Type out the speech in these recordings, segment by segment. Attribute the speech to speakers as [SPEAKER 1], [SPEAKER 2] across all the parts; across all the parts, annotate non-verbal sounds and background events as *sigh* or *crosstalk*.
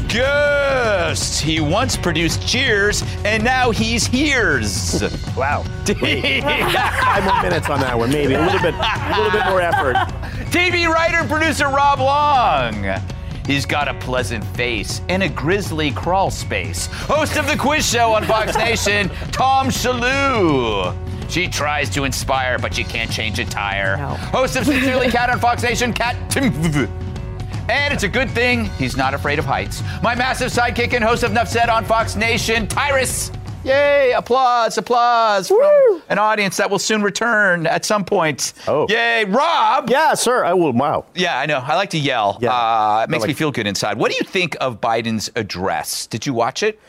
[SPEAKER 1] guest. He once produced Cheers, and now he's hears. *laughs*
[SPEAKER 2] Wow. Wait. Five more minutes on that one, maybe. A little bit a little bit more effort.
[SPEAKER 1] TV writer and producer Rob Long. He's got a pleasant face and a grisly crawl space. Host of the quiz show on Fox Nation, Tom Shalhoub. She tries to inspire, but she can't change a tire. Host of Sincerely Cat on Fox Nation, Cat Tim. And it's a good thing he's not afraid of heights. My massive sidekick and host of Nuff Said on Fox Nation, Tyrus. Yay! Applause, applause from an audience that will soon return at some point.
[SPEAKER 2] Oh.
[SPEAKER 1] Yay, Rob!
[SPEAKER 2] Yeah, sir. I will wow.
[SPEAKER 1] Yeah, I know. I like to yell.
[SPEAKER 2] Yeah.
[SPEAKER 1] Uh, it makes
[SPEAKER 2] like-
[SPEAKER 1] me feel good inside. What do you think of Biden's address? Did you watch it?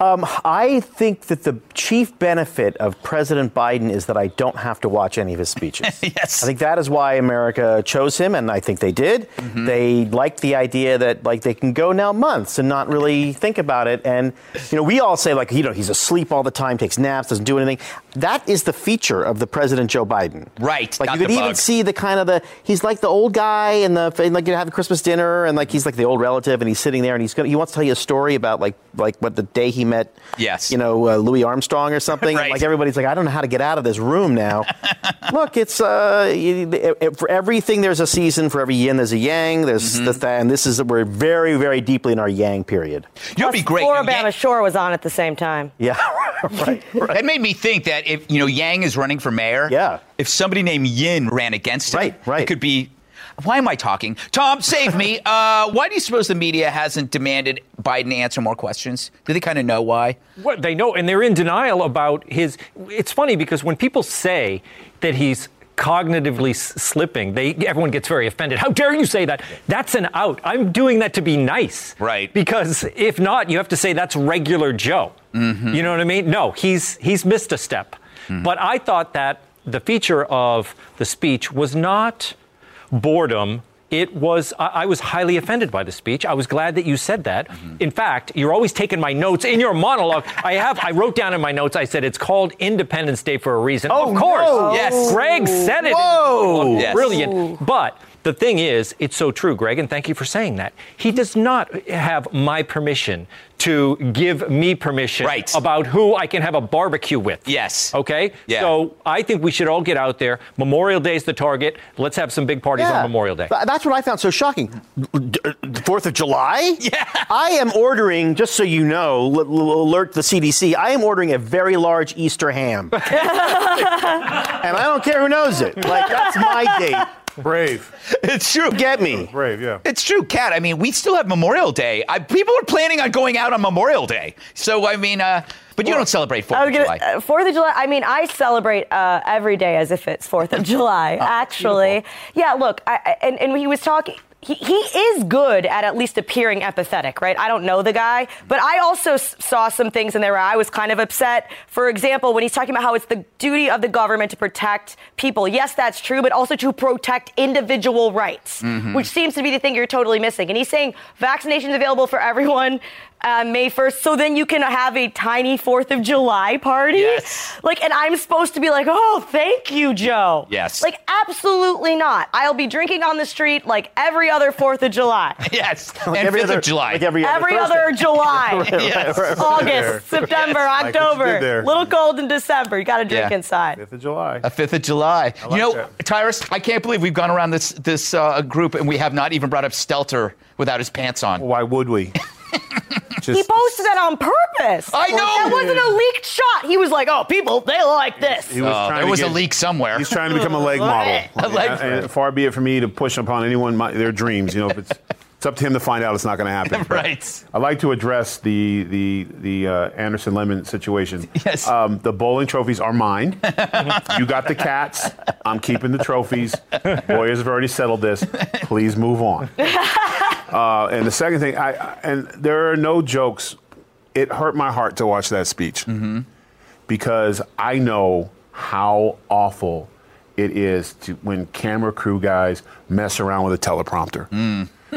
[SPEAKER 2] I think that the chief benefit of President Biden is that I don't have to watch any of his speeches.
[SPEAKER 1] *laughs* Yes.
[SPEAKER 2] I think that is why America chose him, and I think they did.
[SPEAKER 1] Mm-hmm.
[SPEAKER 2] They liked the idea that like they can go now months and not really think about it. And you know, we all say like you know he's asleep all the time, takes naps, doesn't do anything. That is the feature of the President Joe Biden.
[SPEAKER 1] Right,
[SPEAKER 2] Like
[SPEAKER 1] not
[SPEAKER 2] you could
[SPEAKER 1] the
[SPEAKER 2] even
[SPEAKER 1] bug.
[SPEAKER 2] see the kind of the he's like the old guy and the and like you have a Christmas dinner and like he's like the old relative and he's sitting there and he's gonna, he wants to tell you a story about like like what the day he met
[SPEAKER 1] Yes.
[SPEAKER 2] you know uh, Louis Armstrong or
[SPEAKER 1] *laughs*
[SPEAKER 2] something.
[SPEAKER 1] Right.
[SPEAKER 2] Like everybody's like I don't know how to get out of this
[SPEAKER 1] *laughs*
[SPEAKER 2] room now. Look, it's uh, you- it- it- for everything. There's a season for every yin. There's a yang. There's
[SPEAKER 1] Mm-hmm.
[SPEAKER 2] this, that, and this is we're very, very deeply in our yang period.
[SPEAKER 1] You'd be great.
[SPEAKER 3] Or
[SPEAKER 1] You know,
[SPEAKER 3] Obama
[SPEAKER 1] Yang-
[SPEAKER 3] Shore was on at the same time.
[SPEAKER 1] *laughs*
[SPEAKER 2] Yeah, right.
[SPEAKER 1] that made me think that if you know Yang is running for mayor,
[SPEAKER 2] Yeah.
[SPEAKER 1] if somebody named Yin ran against him,
[SPEAKER 2] Right, right.
[SPEAKER 1] it could be. Why am I talking? Tom, save
[SPEAKER 2] *laughs*
[SPEAKER 1] me. Uh, why do you suppose the media hasn't demanded Biden answer more questions? Do they kind of know why? *laughs*
[SPEAKER 4] What they know, and they're in denial about his. It's funny because when people say that he's cognitively s- slipping, they everyone gets very offended. How dare you say that? That's an out. I'm doing that to be nice,
[SPEAKER 1] Right.
[SPEAKER 4] Because if not, you have to say that's regular Joe. You know what I mean? No, he's he's missed a step. But I thought that the feature of the speech was not boredom. It was, I, I was highly offended by the speech. I was glad that you said that.
[SPEAKER 1] Mm-hmm.
[SPEAKER 4] In fact, you're always taking my notes in your monologue. I have, I wrote down in my notes, I said it's called Independence Day for a reason.
[SPEAKER 1] Oh,
[SPEAKER 4] of course.
[SPEAKER 1] no. Yes.
[SPEAKER 4] Greg said it.
[SPEAKER 1] Whoa.
[SPEAKER 4] Oh,
[SPEAKER 1] Yes.
[SPEAKER 4] Brilliant. But the thing is, it's so true, Greg, and thank you for saying that. He does not have my permission to give me permission
[SPEAKER 1] Right.
[SPEAKER 4] about who I can have a barbecue with.
[SPEAKER 1] Yes.
[SPEAKER 4] Okay?
[SPEAKER 1] Yeah.
[SPEAKER 4] So I think we should all get out there. Memorial Day's the target. Let's have some big parties on Memorial Day.
[SPEAKER 2] Th- That's what I found so shocking. D- uh, Fourth of
[SPEAKER 4] *laughs*
[SPEAKER 2] July? Yeah. I am ordering, just so you know, l- l- alert the CDC, I am ordering a very large Easter
[SPEAKER 4] *laughs*
[SPEAKER 2] ham. *laughs* and I don't care who knows it. Like, that's my date. Brave.
[SPEAKER 1] It's true.
[SPEAKER 2] Get me.
[SPEAKER 5] Brave, yeah.
[SPEAKER 1] It's true, Kat. I mean, we still have Memorial Day. I, people are planning on going out on Memorial Day. So, I mean, uh, but you don't celebrate
[SPEAKER 3] I
[SPEAKER 1] Fourth
[SPEAKER 3] was
[SPEAKER 1] of
[SPEAKER 3] gonna,
[SPEAKER 1] July.
[SPEAKER 3] uh, Fourth of July. I mean, I celebrate uh, every day as if it's Fourth of July. actually, yeah. Look, I, I- and and he was talking. He, he is good at at least appearing empathetic, right? I don't know the guy, but I also s- saw some things in there where I was kind of upset. For example, when he's talking about how it's the duty of the government to protect people. Yes, that's true, but also to protect individual rights, which seems to be the thing you're totally missing. And he's saying vaccinations available for everyone uh, May 1st, so then you can have a tiny 4th of July party?
[SPEAKER 1] Yes.
[SPEAKER 3] *laughs* Like, and I'm supposed to be like, oh, thank you, Joe.
[SPEAKER 1] Yes.
[SPEAKER 3] Like, absolutely not. I'll be drinking on the street like every other 4th of July.
[SPEAKER 1] *laughs*
[SPEAKER 2] *laughs*
[SPEAKER 1] yes. and Fifth
[SPEAKER 2] other,
[SPEAKER 1] of July.
[SPEAKER 2] Like every other
[SPEAKER 3] every
[SPEAKER 2] Thursday.
[SPEAKER 3] other July.
[SPEAKER 2] *laughs*
[SPEAKER 1] Yes.
[SPEAKER 3] August, September,
[SPEAKER 5] Like what you did
[SPEAKER 3] October.
[SPEAKER 5] there.
[SPEAKER 3] Little cold in December. You got to drink
[SPEAKER 1] Yeah.
[SPEAKER 3] inside.
[SPEAKER 5] Fifth of July.
[SPEAKER 1] A Fifth of July. you
[SPEAKER 5] like
[SPEAKER 1] know,
[SPEAKER 5] that.
[SPEAKER 1] Tyrus, I can't believe we've gone around this this uh, group and we have not even brought up Stelter without his pants on.
[SPEAKER 5] Why would we? *laughs* Just,
[SPEAKER 3] He posted that on purpose.
[SPEAKER 1] I know.
[SPEAKER 3] That wasn't a leaked shot. He was like, oh, people, they like this.
[SPEAKER 5] He was
[SPEAKER 1] Uh,
[SPEAKER 5] trying
[SPEAKER 1] there
[SPEAKER 5] to
[SPEAKER 1] was a
[SPEAKER 5] get-
[SPEAKER 1] leak somewhere.
[SPEAKER 5] He's trying to become a leg model.
[SPEAKER 1] *laughs* A leg-
[SPEAKER 5] And- and far be it for me to push upon anyone my, their dreams. You know,
[SPEAKER 1] *laughs*
[SPEAKER 5] if it's it's up to him to find out. It's not going to happen. But
[SPEAKER 1] Right.
[SPEAKER 5] I'd like to address the the the uh, Anderson Lemon situation.
[SPEAKER 1] *laughs* Yes.
[SPEAKER 5] Um, the bowling trophies are
[SPEAKER 1] *laughs*
[SPEAKER 5] mine. you got the cats. I'm keeping the trophies. Lawyers have already settled this. Please move
[SPEAKER 1] *laughs*
[SPEAKER 5] on. Uh, and the second thing, I I- and there are no jokes. It hurt my heart to
[SPEAKER 1] Mm-hmm.
[SPEAKER 5] watch that speech because I know how awful it is to when camera crew guys mess around with a teleprompter.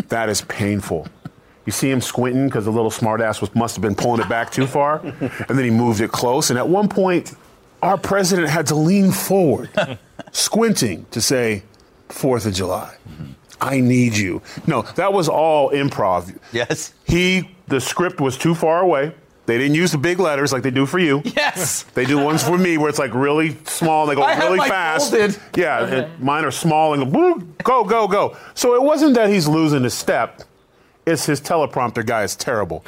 [SPEAKER 5] that is painful. You see him squinting because the little smartass was must have been pulling it back too far, and then he moved it close. And at one point, our president had to lean
[SPEAKER 1] *laughs*
[SPEAKER 5] forward, squinting to say, Fourth of July. I need you. No, that was all improv.
[SPEAKER 1] Yes.
[SPEAKER 5] He the script was too far away. They didn't use the big letters like they do for you.
[SPEAKER 1] Yes.
[SPEAKER 5] They do ones for me where it's like really small and they go
[SPEAKER 1] I have
[SPEAKER 5] really
[SPEAKER 1] mine
[SPEAKER 5] fast.
[SPEAKER 1] folded.
[SPEAKER 5] Yeah, and mine are small and go, boop, go, go, go. So it wasn't that he's losing his step. It's his teleprompter guy is terrible.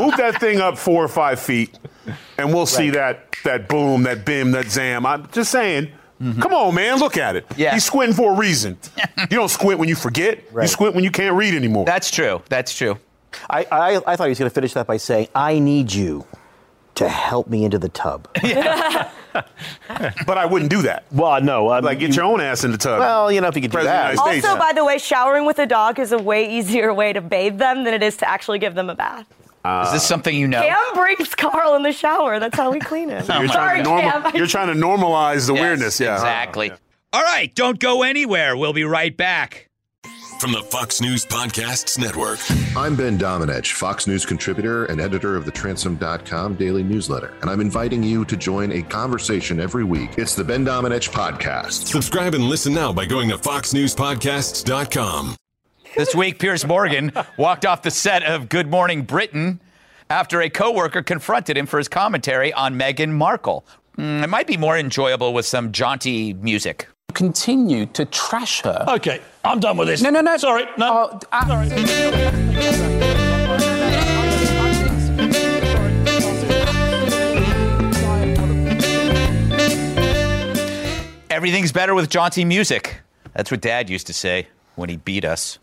[SPEAKER 5] Move that thing up four or five feet, and we'll see that that boom, that bim, that zam. I'm just saying.
[SPEAKER 4] Mm-hmm.
[SPEAKER 5] Come on, man, look at it.
[SPEAKER 1] Yeah.
[SPEAKER 5] He's
[SPEAKER 1] *laughs*
[SPEAKER 5] squinting for a reason. you don't squint when you forget. You squint when you can't read anymore.
[SPEAKER 1] That's true. That's true.
[SPEAKER 2] I, I, I thought he was going to finish that by saying, I need you to help me into the tub.
[SPEAKER 5] but I wouldn't do that.
[SPEAKER 2] well, no. Um,
[SPEAKER 5] Like, get your own ass in the tub.
[SPEAKER 2] Well, you know, if you could do
[SPEAKER 5] President
[SPEAKER 2] that.
[SPEAKER 5] of the United States.
[SPEAKER 3] Also, by the way, showering with a dog is a way easier way to bathe them than it is to actually give them a bath.
[SPEAKER 1] Is this something you know?
[SPEAKER 3] Cam brings Carl in the shower. That's how we
[SPEAKER 6] *laughs*
[SPEAKER 3] clean him.
[SPEAKER 5] You're
[SPEAKER 3] Sorry,
[SPEAKER 5] trying, to normal-
[SPEAKER 3] Cam.
[SPEAKER 5] you're trying to normalize the
[SPEAKER 1] Yes,
[SPEAKER 5] weirdness. Yeah.
[SPEAKER 1] Exactly.
[SPEAKER 7] All right, don't go anywhere. We'll be right back.
[SPEAKER 8] From the Fox News Podcasts Network.
[SPEAKER 9] I'm Ben Dominich, Fox News contributor and editor of the Transom.com daily newsletter, and I'm inviting you to join a conversation every week. It's the Ben Dominich Podcast.
[SPEAKER 8] Subscribe and listen now by going to foxnewspodcasts.com.
[SPEAKER 1] This week, Piers Morgan walked off the set of Good Morning Britain after a coworker confronted him for his commentary on Meghan Markle. Mm, it might be more enjoyable with some jaunty music.
[SPEAKER 7] Continue to trash her.
[SPEAKER 10] Okay, I'm done with this.
[SPEAKER 7] No, no, no.
[SPEAKER 10] Sorry, no.
[SPEAKER 5] Uh,
[SPEAKER 7] Oh, I-
[SPEAKER 1] Everything's better with jaunty music. That's what Dad used to say when he beat us.